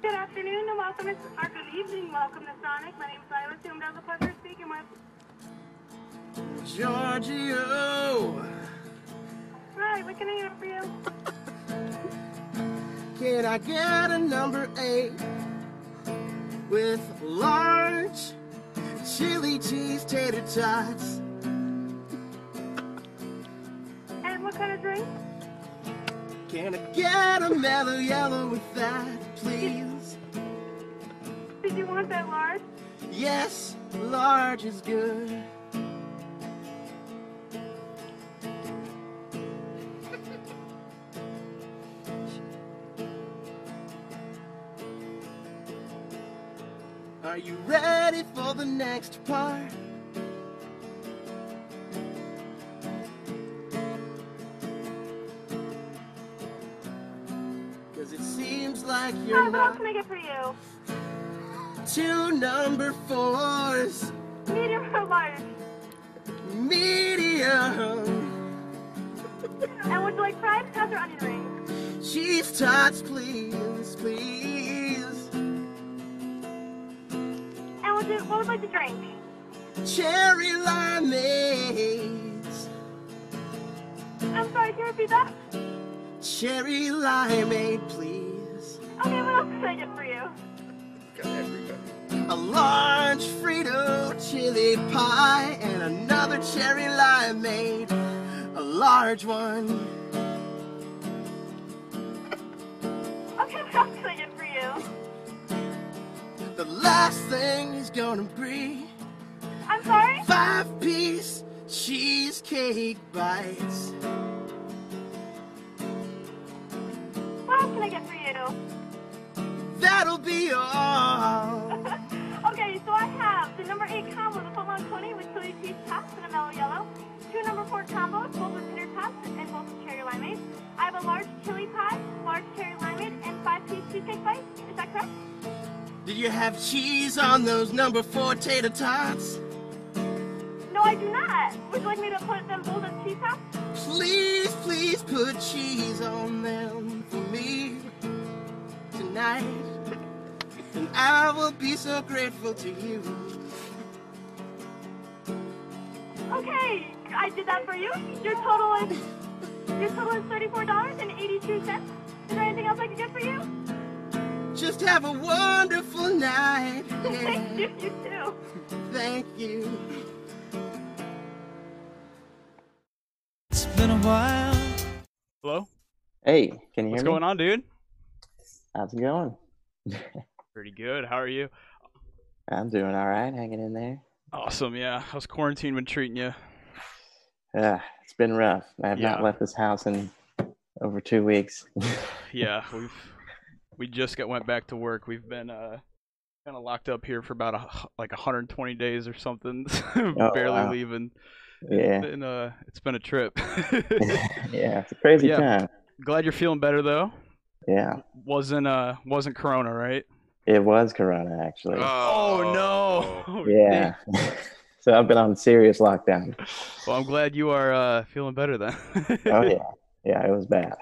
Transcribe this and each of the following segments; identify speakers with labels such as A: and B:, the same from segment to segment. A: Good afternoon and welcome to, or good evening, welcome to Sonic. My name is Lila Tombed. I was a pleasure speaking with.
B: Giorgio,
A: Hi, what can I do for you?
B: can I get a number eight with large chili cheese tater tots?
A: And what kind of drink?
B: Can I get a mellow yellow with that, please?
A: Did you want that large?
B: Yes, large is good. Are you ready for the next part? Cause it seems like
A: Hi,
B: you're
A: what else
B: not
A: can I get for you?
B: two number fours.
A: Medium or large?
B: Medium
A: And would you like fried tots or onion rings?
B: cheese tots, please, please.
A: And would you, what would you like to drink?
B: Cherry limeades,
A: I'm sorry, can you repeat that?
B: cherry limeade, please.
A: Okay, what else can I get for you?
B: A large Frito chili pie and another cherry limeade, a large one.
A: Okay, what else can I get for you?
B: The last thing is gonna be
A: I'm sorry?
B: five piece cheesecake bites.
A: What else can I get for you?
B: That'll be all.
A: okay, so I have the number 8 combo, the full on 20 with chili cheese tots and a mellow yellow. Two number 4 combos, both with tater tots and both with cherry limeade. I have a large chili pie, large cherry limeade, and 5 piece cheesecake bites. Is that correct?
B: Did you have cheese on those number four tater tots?
A: No, I do not. Would you like me to put them both as cheese tots?
B: Please, please put cheese on them for me tonight. And I will be so grateful to you.
A: Okay, I did that for you. Your total is your total is thirty-four dollars and eighty-two cents. Is there anything else I can get for you?
B: Just have a wonderful night.
A: Thank you. You too.
B: Thank you.
C: It's been a while.
D: Hello?
E: Hey, can you
D: What's
E: hear me?
D: going on, dude?
E: How's it going?
D: Pretty good. How are you?
E: I'm doing all right, hanging in there.
D: Awesome, yeah. How's quarantine been treating you?
E: Ah, it's been rough. I have
D: Yeah.
E: not left this house in over two weeks.
D: Yeah, we've we just got went back to work. We've been uh kind of locked up here for about a, h- like 120 days or something. Barely
E: Oh, wow.
D: leaving.
E: yeah,
D: And uh it's been a trip.
E: yeah, it's a crazy
D: Yeah.
E: time.
D: Glad you're feeling better though.
E: Yeah,
D: Wasn't uh wasn't corona, right?
E: it was Corona actually.
D: Oh, no.
E: yeah, so I've been on serious lockdown.
D: Well, I'm glad you are uh feeling better then.
E: Oh yeah, yeah, it was bad.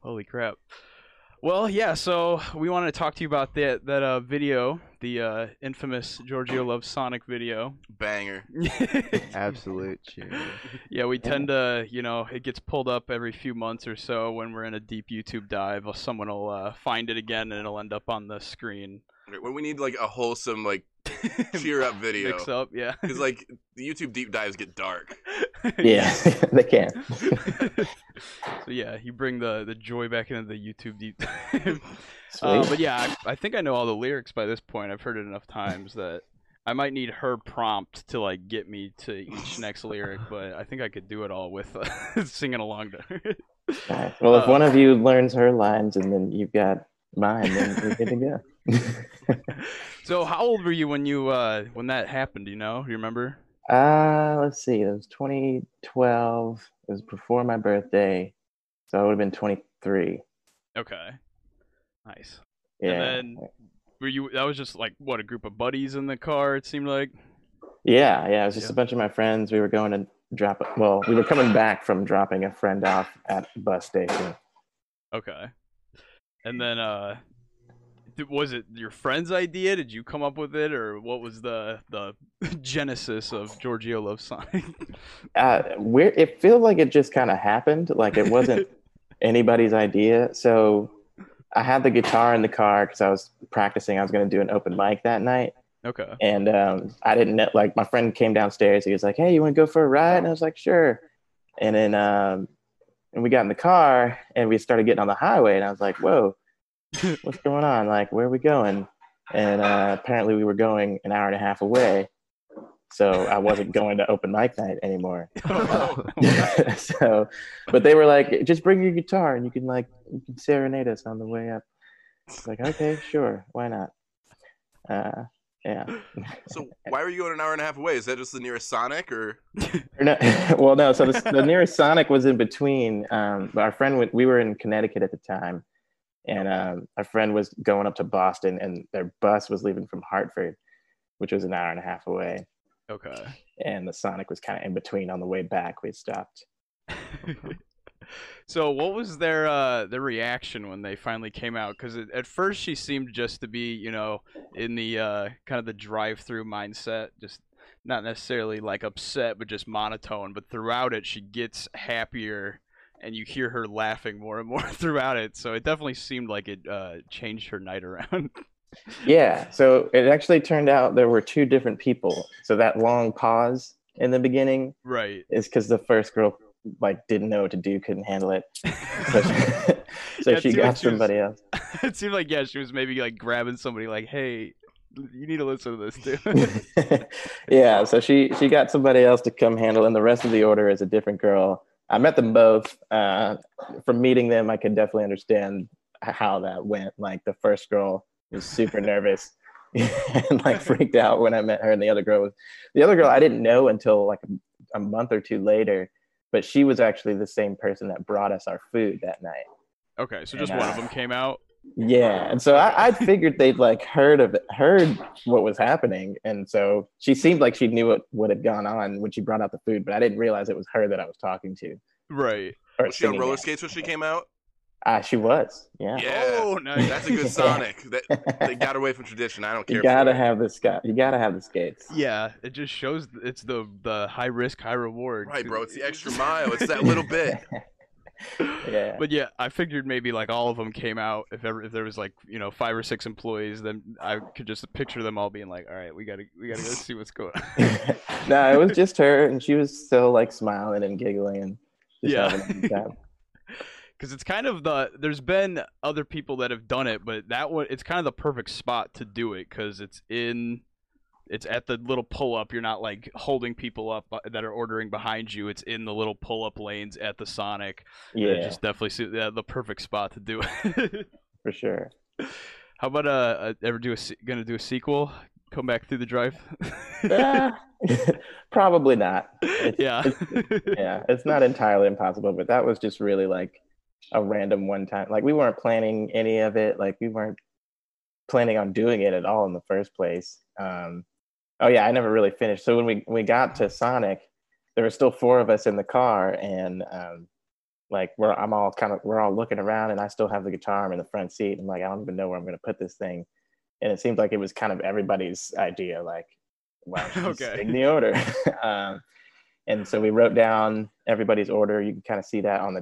D: Holy crap. Well, yeah, so we wanted to talk to you about that that uh, video, the uh, infamous Giorgio Loves Sonic video.
F: Banger.
G: Absolute cheer.
D: yeah, we tend to, you know, it gets pulled up every few months or so when we're in a deep YouTube dive. or Someone will uh, find it again and it'll end up on the screen.
F: Wait, When we need like a wholesome like cheer up video.
D: Mix up, yeah.
F: Because like the YouTube deep dives get dark.
E: yeah, they can.
D: so yeah, you bring the the joy back into the YouTube deep dive.
E: Sweet.
D: Uh, but yeah, I, I think I know all the lyrics by this point. I've heard it enough times that I might need her prompt to like get me to each next lyric, but I think I could do it all with uh, singing along to her.
E: Nice. Well, if
D: uh,
E: one of you learns her lines and then you've got mine, then we're good to go.
D: so how old were you when you uh when that happened, you know? Do you remember?
E: Uh, let's see. It was 2012. It was before my birthday, so I would have been 23.
D: Okay. Nice.
E: Yeah,
D: And then were you that was just like what a group of buddies in the car it seemed like.
E: yeah, yeah. It was just
D: Yeah.
E: a bunch of my friends. We were going to drop. Well, we were coming back from dropping a friend off at the bus station.
D: Okay. And then uh Th- Was it your friend's idea? Did you come up with it, or what was the the genesis of Giorgio Love Sonic?
E: uh, we're, it feels like it just kind of happened. Like it wasn't anybody's idea. So I had the guitar in the car because I was practicing. I was going to do an open mic that night,
D: okay.
E: and um, I didn't know. Like my friend came downstairs. He was like, "Hey, you want to go for a ride?" And I was like, "Sure." And then um, and we got in the car and we started getting on the highway, and I was like, "Whoa, what's going on? Like, where are we going?" And uh, apparently, we were going an hour and a half away. So I wasn't going to open mic night anymore. so, but they were like, just bring your guitar and you can like you can serenade us on the way up. It's like, okay, sure, why not? Uh, yeah.
F: So why were you going an hour and a half away? Is that just the nearest Sonic or?
E: Or no- well, no. So the, the nearest Sonic was in between. Um, but our friend, went, we were in Connecticut at the time, and um, our friend was going up to Boston, and their bus was leaving from Hartford, which was an hour and a half away.
D: Okay.
E: And the Sonic was kind of in between. On the way back, we stopped.
D: so what was their uh their reaction when they finally came out because at first she seemed just to be you know in the uh kind of the drive-through mindset just not necessarily like upset but just monotone but throughout it she gets happier and you hear her laughing more and more throughout it so it definitely seemed like it uh changed her night around
E: Yeah. So it actually turned out there were two different people. So that long pause in the beginning
D: right
E: is because the first girl like didn't know what to do, couldn't handle it, so she, so
D: Yeah, it
E: she
D: seemed like
E: got
D: she was-
E: somebody else.
D: it seemed like yeah she was maybe like grabbing somebody like hey you need to listen to this dude
E: yeah. So she she got somebody else to come handle, and the rest of the order is a different girl. I met them both. Uh, from meeting them, I could definitely understand h- how that went. Like the first girl was super nervous and like freaked out when I met her, and the other girl was the other girl I didn't know until like a, a month or two later. But she was actually the same person that brought us our food that night.
D: okay so just one of them came out
E: Yeah, and so I, I figured they'd like heard of heard what was happening, and so she seemed like she knew what what had gone on when she brought out the food, but I didn't realize it was her that I was talking to.
D: right
E: Or
F: Was she on
E: singing
F: roller
E: at.
F: skates when she came out?
E: Ah, she was. Yeah,
F: Yeah,
D: nice.
F: that's a good Sonic. That, they got away from tradition. I don't care.
E: you
F: for
E: gotta
F: it.
E: have the sky. You gotta have the skates.
D: Yeah, it just shows th- it's the the high risk, high reward.
F: Right, bro. It's the extra mile. It's that little bit.
E: Yeah.
D: But yeah, I figured maybe like all of them came out. If ever if there was like you know five or six employees, then I could just picture them all being like, all right, we gotta we gotta go see what's going. on.
E: no, it was just her, and she was still like smiling and giggling and just
D: Yeah.
E: having a good time.
D: because it's kind of the there's been other people that have done it but that one it's kind of the perfect spot to do it because it's in it's at the little pull up you're not like holding people up bu- that are ordering behind you it's in the little pull up lanes at the sonic And it
E: Yeah.
D: just definitely see, yeah, the perfect spot to do it
E: for sure.
D: how about uh, uh ever do a se- gonna do a sequel come back through the drive
E: Ah, Probably not. It's-
D: yeah
E: yeah, it's not entirely impossible, but that was just really like a random one time. Like we weren't planning any of it. Like we weren't planning on doing it at all in the first place. Um, oh yeah, I never really finished. So when we we got to Sonic, there were still four of us in the car, and um, like we're I'm all kind of we're all looking around, and I still have the guitar. I'm in the front seat. I'm like I don't even know where I'm going to put this thing, and it seemed like it was kind of everybody's idea. Like, wow,
D: Okay.
E: okay, sing the order. um, and so we wrote down everybody's order. You can kind of see that on the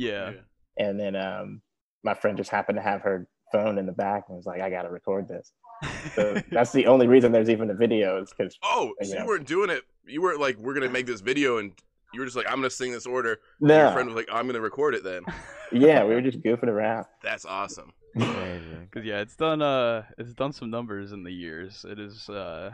D: yeah
E: And then um, my friend just happened to have her phone in the back and was like, "I got to record this." So that's the only reason there's even a video is because
F: Oh, so
E: Yeah.
F: you weren't doing it. You weren't like, we're gonna make this video, and you were just like, I'm gonna sing this order. And Your friend
E: no,
F: was like, I'm gonna record it. Then
E: yeah, we were just goofing around.
F: that's awesome.
G: Amazing.
D: Cause yeah, it's done. Uh, it's done some numbers in the years. It is. Uh,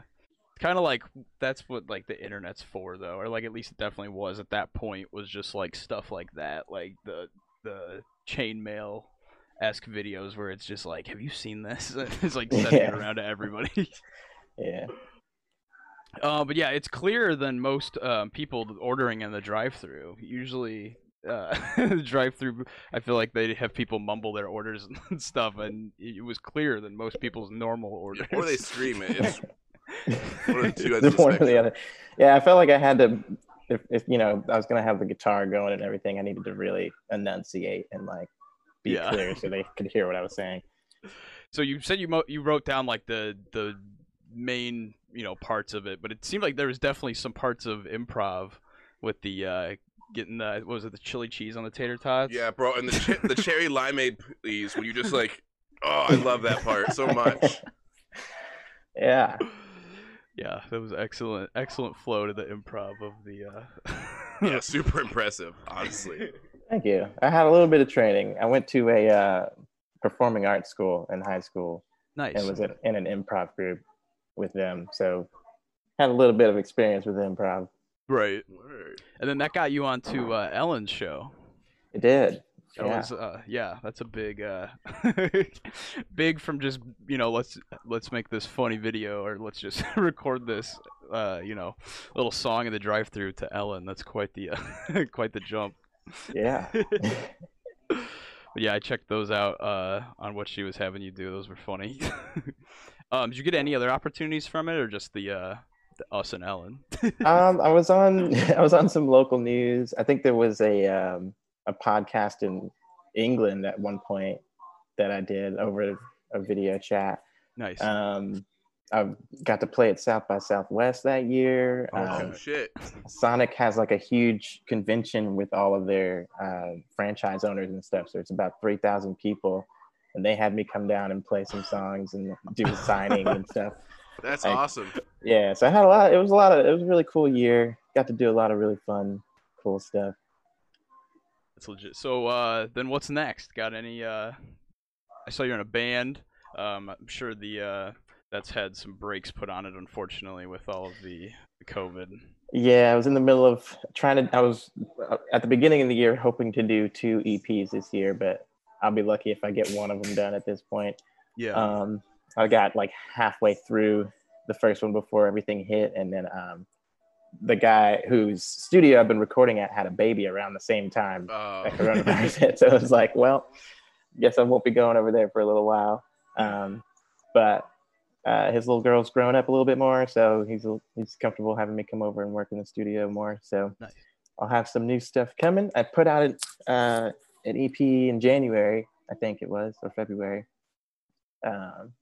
D: kind of like that's what like the internet's for, though, or like at least it definitely was at that point. Was just like stuff like that, like the the chainmail esque videos where it's just like, have you seen this? it's like sending it
E: Yeah.
D: around to everybody.
E: Yeah,
D: Uh, but yeah, it's clearer than most um, people ordering in the drive-through. Usually, uh, the drive-through, I feel like they have people mumble their orders and stuff, and it was clearer than most people's normal orders.
F: Or they scream it. It's one of the two ends of
E: Just
F: the
E: one or the
F: spectrum.
E: other. Yeah, I felt like I had to. If, if you know, I was gonna have the guitar going and everything. I needed to really enunciate and like be
D: Yeah.
E: clear so they could hear what I was saying.
D: So you said you mo- you wrote down like the the main you know parts of it, but it seemed like there was definitely some parts of improv with the uh, getting the what was it the chili cheese on the tater tots?
F: Yeah, bro, and the ch- the cherry limeade, please. When you just like, oh, I love that part so much.
E: yeah.
D: Yeah, that was excellent, excellent flow to the improv of the. Uh...
F: Yeah, super impressive, honestly.
E: Thank you. I had a little bit of training. I went to a uh, performing arts school in high school
D: nice.
E: and was in, in an improv group with them. So had a little bit of experience with improv.
D: right,
F: Word.
D: and then that got you onto uh, Ellen's show.
E: It did.
D: That
E: Yeah.
D: was uh, yeah, that's a big uh, big from just you know let's let's make this funny video or let's just record this uh, you know little song in the drive-through to Ellen. That's quite the uh, quite the jump.
E: Yeah.
D: But yeah, I checked those out uh, on what she was having you do. Those were funny. um, did you get any other opportunities from it or just the, uh, the us and Ellen?
E: um, I was on I was on some local news. I think there was a um, a podcast in England at one point that I did over a video chat.
D: Nice.
E: Um, I got to play at South by Southwest that year.
D: Oh,
E: Um,
F: Oh shit.
E: Sonic has like a huge convention with all of their uh, franchise owners and stuff. So it's about 3,000 people. And they had me come down and play some songs and do a signing and stuff.
F: That's
E: Like-
F: awesome.
E: Yeah. So I had a lot. It was a lot of, it was a really cool year. Got to do a lot of really fun, cool stuff.
D: That's legit. So uh, then what's next? Got any? Uh, I saw you're in a band. Um, I'm sure the uh, that's had some breaks put on it, unfortunately, with all of the, the COVID.
E: Yeah. I was in the middle of trying to, I was uh, at the beginning of the year hoping to do two EPs this year, but I'll be lucky if I get one of them done at this point.
D: Yeah.
E: um, I got like halfway through the first one before everything hit, and then um, the guy whose studio I've been recording at had a baby around the same time
F: Uh,
E: that coronavirus hit. So it was like, well, guess I won't be going over there for a little while. Um, but uh, his little girl's grown up a little bit more, so he's he's comfortable having me come over and work in the studio more. So
D: Nice.
E: I'll have some new stuff coming. I put out an, uh, an EP in January, I think it was, or February. Um,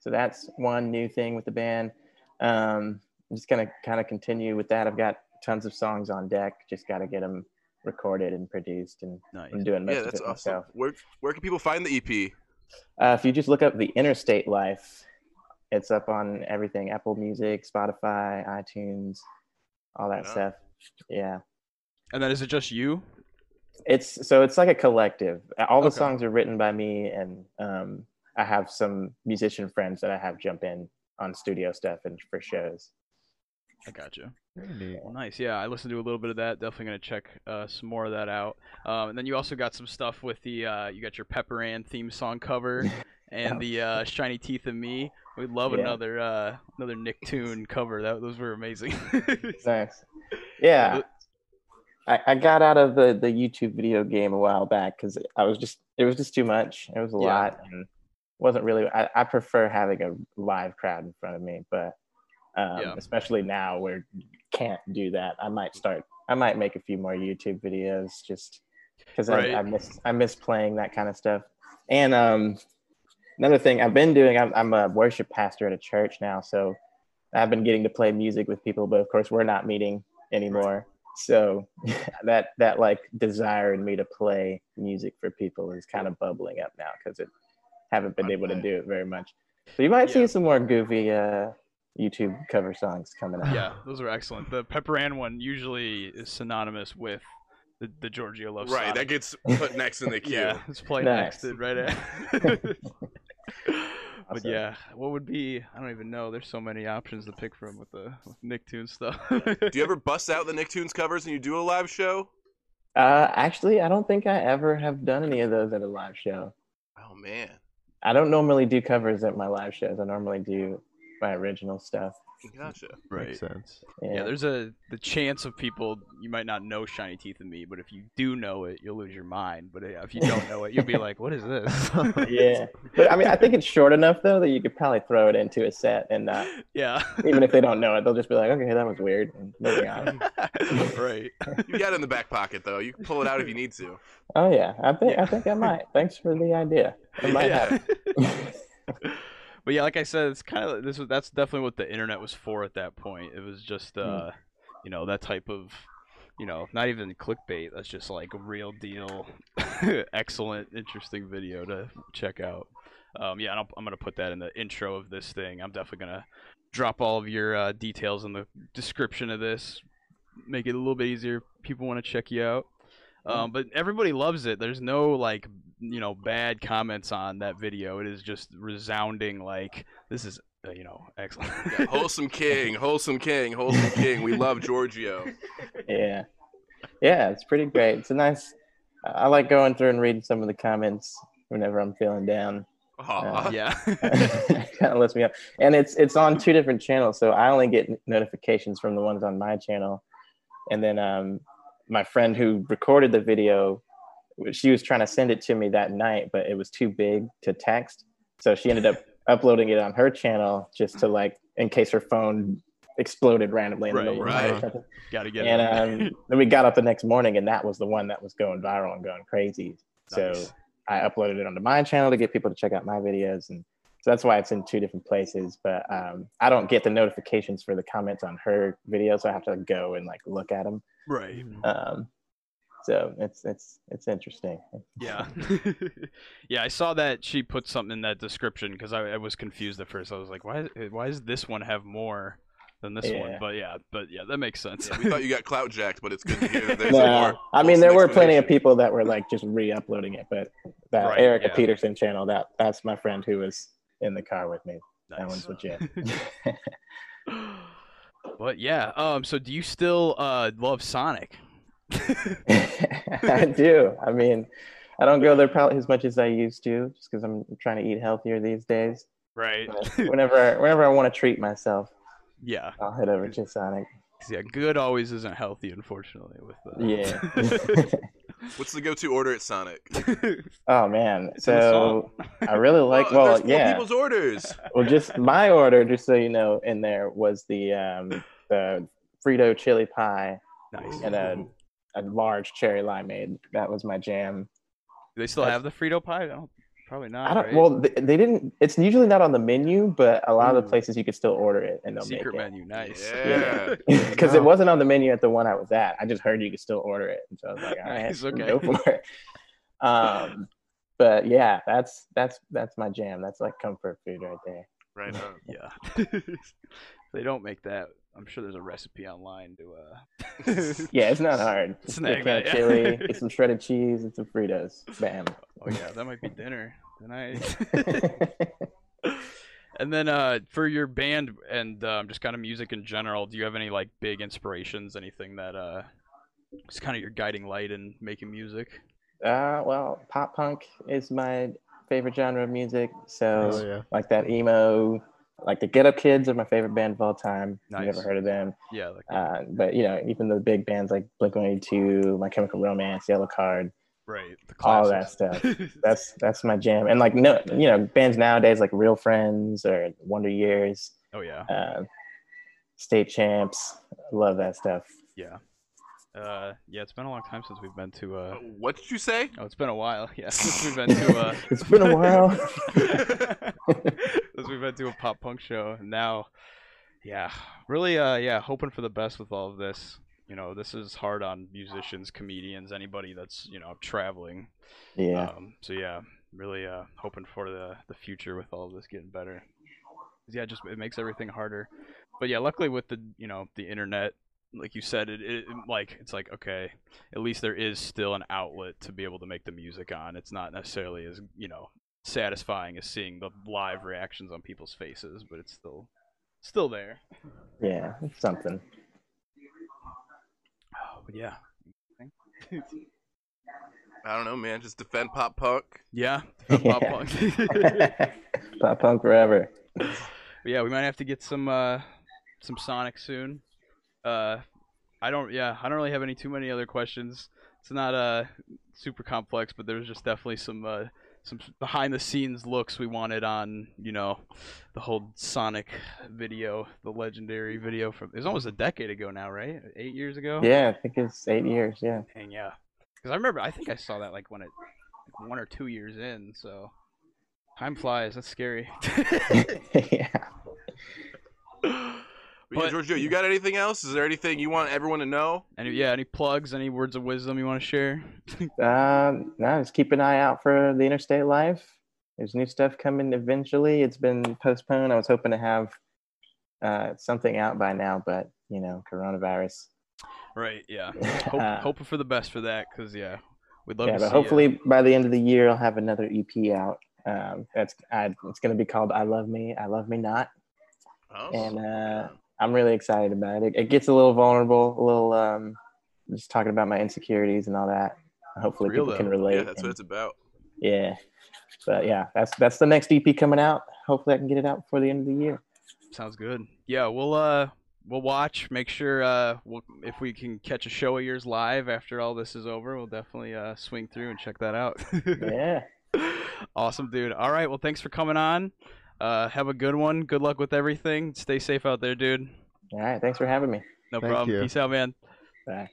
E: so that's one new thing with the band. Um, I'm just gonna kind of continue with that. I've got tons of songs on deck. Just got to get them recorded and produced, and
D: nice.
E: I'm doing most
F: yeah,
E: of
F: that's
E: it
F: awesome.
E: myself.
F: Where where can people find the E EP?
E: Uh, if you just look up the Interstate Life, it's up on everything: Apple Music, Spotify, iTunes, all that
F: Yeah.
E: stuff. Yeah,
D: And then is it just you?
E: it's so it's like a collective. All the
D: Okay.
E: songs are written by me, and um, I have some musician friends that I have jump in on studio stuff and for shows.
D: I got you.
G: Very neat.
D: Well, nice. Yeah, I listened to a little bit of that. Definitely gonna check uh, some more of that out. Um, and then you also got some stuff with the uh, you got your Pepper Ann theme song cover and the uh, Shiny Teeth and Me. We love
E: Yeah.
D: another uh, another Nicktoon cover. That those were amazing.
E: Nice. Yeah.
D: Th-
E: I, I got out of the, the YouTube video game a while back because I was just it was just too much. It was a
D: Yeah.
E: lot and wasn't really. I, I prefer having a live crowd in front of me, but um,
D: Yeah.
E: especially now where you can't do that, I might start. I might make a few more YouTube videos just because
D: Right.
E: I, I miss I miss playing that kind of stuff. And um, another thing I've been doing, I'm, I'm a worship pastor at a church now, so I've been getting to play music with people, but of course we're not meeting anymore. So that that like desire in me to play music for people is kind of bubbling up now because it haven't been able to do it very much. So you might
D: Yeah.
E: see some more goofy uh, YouTube cover songs coming out.
D: yeah, those were excellent. The Pepper Ann one usually is synonymous with the, the Giorgio Love
F: right,
D: Sonic.
F: that gets put next in the queue.
D: Yeah, it's played
E: Nice.
D: next, right? at- But
E: Awesome.
D: yeah, what would be? I don't even know. There's so many options to pick from with the with Nicktoon stuff.
F: Do you ever bust out the Nicktoons covers and you do a live show?
E: Uh, actually, I don't think I ever have done any of those at a live show.
F: Oh man,
E: I don't normally do covers at my live shows. I normally do my original stuff.
F: gotcha.
G: Makes sense.
E: Yeah.
D: Yeah, there's a the chance of people you might not know Shiny Teeth and Me, but if you do know it, you'll lose your mind. But if you don't know it, you'll be like, "What is this?"
E: yeah. But I mean, I think it's short enough though that you could probably throw it into a set and uh, not
D: yeah,
E: even if they don't know it, they'll just be like, okay, that was weird. And moving on.
D: right.
F: You got it in the back pocket though. You can pull it out if you need to.
E: Oh yeah, I think I think I might. Thanks for the idea. It might
D: Yeah.
E: happen.
D: but yeah, like I said, it's kind of this was that's definitely what the internet was for at that point. It was just uh, you know, that type of, you know, not even clickbait. That's just like real deal, excellent, interesting video to check out. Um, yeah, and I'll, I'm gonna put that in the intro of this thing. I'm definitely gonna drop all of your uh, details in the description of this. Make it a little bit easier. People want to check you out. Um, but everybody loves it. There's no like you know bad comments on that video. It is just resounding like this is uh, you know excellent.
F: Yeah, wholesome King, wholesome King, wholesome King. We love Giorgio.
E: Yeah. Yeah, it's pretty great. It's a nice. I I like going through and reading some of the comments whenever I'm feeling down.
F: Aw.
D: yeah.
E: kind of lifts me up. And it's it's on two different channels, so I only get notifications from the ones on my channel. And then um, my friend who recorded the video, she was trying to send it to me that night, but it was too big to text, so she ended up uploading it on her channel just to like in case her phone exploded randomly in
D: Right,
E: the middle of the night
F: right.
E: or something.
D: Gotta get it.
E: And um, then we got up the next morning, and that was the one that was going viral and going crazy. So
D: Nice.
E: I uploaded it onto my channel to get people to check out my videos, and so that's why it's in two different places. But um, I don't get the notifications for the comments on her videos, so I have to go and like look at them.
D: right.
E: Um, so it's it's it's interesting.
D: Yeah. yeah, I saw that she put something in that description because I, I was confused at first. I was like, why is, why does this one have more than this one?
E: Yeah.
D: But yeah, but yeah, that makes sense.
F: We thought you got clout jacked, but it's good to hear that there's
E: No,
F: more.
E: I mean there
F: wholesome
E: were plenty of
F: explanation.
E: people that were like just re-uploading it, but that
D: Right,
E: Erica
D: yeah.
E: Peterson channel that that's my friend who was in the car with me. That
D: Nice.
E: one's legit.
D: but yeah, um, so do you still uh love Sonic?
E: I do. I mean, I don't go there probably as much as I used to, just because I'm trying to eat healthier these days.
D: Right.
E: But whenever, whenever I want to treat myself,
D: yeah.
E: I'll head over to Sonic.
D: 'Cause, Yeah, good always isn't healthy, unfortunately. With uh,
E: Yeah.
F: What's the go-to order at Sonic?
E: oh man.
D: It's in the
E: So I really like. Well,
F: there's four
E: yeah.
F: people's orders.
E: Well, just my order, just so you know, in there was the um, the Frito chili pie
D: nice.
E: and uh, a a large cherry limeade. That was my jam.
D: Do they still have the Frito pie? I don't, probably not.
E: I don't.
D: right?
E: Well, they, they didn't. It's usually not on the menu, but a lot of
D: Ooh.
E: the places you could still order it and they'll
D: Hmm. secret
E: make
D: menu. Nice.
F: Yeah.
E: it. Because it
G: Wow.
E: wasn't on the menu at the one I was at. I just heard you could still order it, and so I was like, all right,
D: Nice, okay.
E: go for it. Um, but yeah, that's that's that's my jam. That's like comfort food right there.
F: Right on.
D: Yeah. they don't make that. I'm sure there's a recipe online to uh
E: Yeah, it's not hard.
D: Snag
E: it's not
D: that, yeah.
E: chili. It's some shredded cheese. It's some Fritos. Bam.
D: Oh yeah, that might be dinner tonight. and then uh for your band and um, just kind of music in general, do you have any like big inspirations, anything that uh is kind of your guiding light in making music?
E: uh, well, pop punk is my favorite genre of music. So.
G: Oh yeah.
E: like that emo, like the Get Up Kids are my favorite band of all time. I've
D: Nice.
E: Never heard of them,
D: Yeah, like
E: uh, but you know, even the big bands like Blink One Eighty Two, My Chemical Romance, Yellow Card,
D: right, the
E: all that
D: classics.
E: stuff. That's that's my jam. And like no, you know, bands nowadays like Real Friends or Wonder Years,
D: oh yeah.
E: uh, State Champs, love that stuff.
D: Yeah. Uh yeah, it's been a long time since we've been to uh
F: What did you say?
D: Oh, it's been a while. Yeah, since we've been to uh
E: it's been a while.
D: since we've been to a pop punk show. And now, yeah, really, uh, yeah, hoping for the best with all of this. You know, this is hard on musicians, comedians, anybody that's you know traveling.
E: yeah.
D: Um, so yeah, really uh, hoping for the the future with all of this getting better. 'Cause, Yeah, just it makes everything harder. But yeah, luckily with the you know the internet, like you said, it, it like it's like okay, at least there is still an outlet to be able to make the music on. It's not necessarily as you know satisfying as seeing the live reactions on people's faces, but it's still still there.
E: yeah, it's something.
D: Oh, but yeah.
F: I don't know, man. Just defend pop punk.
D: Yeah. Pop
E: Yeah.
D: punk.
E: Pop punk forever.
D: But yeah, we might have to get some uh some Sonic soon. Uh I don't yeah, I don't really have any too many other questions. It's not uh super complex, but there's just definitely some uh some behind the scenes looks we wanted on, you know, the whole Sonic video, the legendary video from it was almost a decade ago now, right? 8 years ago?
E: Yeah, I think it's eight years. Yeah.
D: Dang, yeah. Cuz I remember I think I saw that like when it like, one or two years in, so Time flies. That's scary.
E: yeah.
F: But yeah,
D: But-
F: Giorgio, you got anything else? Is there anything you want everyone to know?
D: Any yeah? Any plugs? Any words of wisdom you want to share?
E: Um, no, just keep an eye out for the interstate life. There's new stuff coming eventually. It's been postponed. I was hoping to have uh, something out by now, but you know, coronavirus.
D: Right. Yeah. Hope,
E: Uh,
D: hoping for the best for that, because yeah, we'd love
E: yeah,
D: to.
E: but
D: see ya.
E: hopefully by the end of the year, I'll have another EP out. Um, that's I, it's going to be called "I Love Me, I Love Me Not,"
F: Oh.
E: and uh, I'm really excited about it. It gets a little vulnerable, a little um, just talking about my insecurities and all that. Hopefully,
D: real,
E: people can
D: though.
E: relate.
F: yeah, that's
E: and-
F: what it's about.
E: Yeah. But yeah, that's that's the next EP coming out. Hopefully I can get it out before the end of the year.
D: Sounds good. Yeah, we'll uh we'll watch. Make sure uh we'll, if we can catch a show of yours live after all this is over, we'll definitely uh swing through and check that out.
E: Yeah.
D: awesome, dude. All right, well, thanks for coming on. Uh, have a good one. Good luck with everything. Stay safe out there, dude.
E: All right, thanks for having me.
D: No
G: Thank
D: problem.
G: you.
D: Peace out, man.
E: Bye.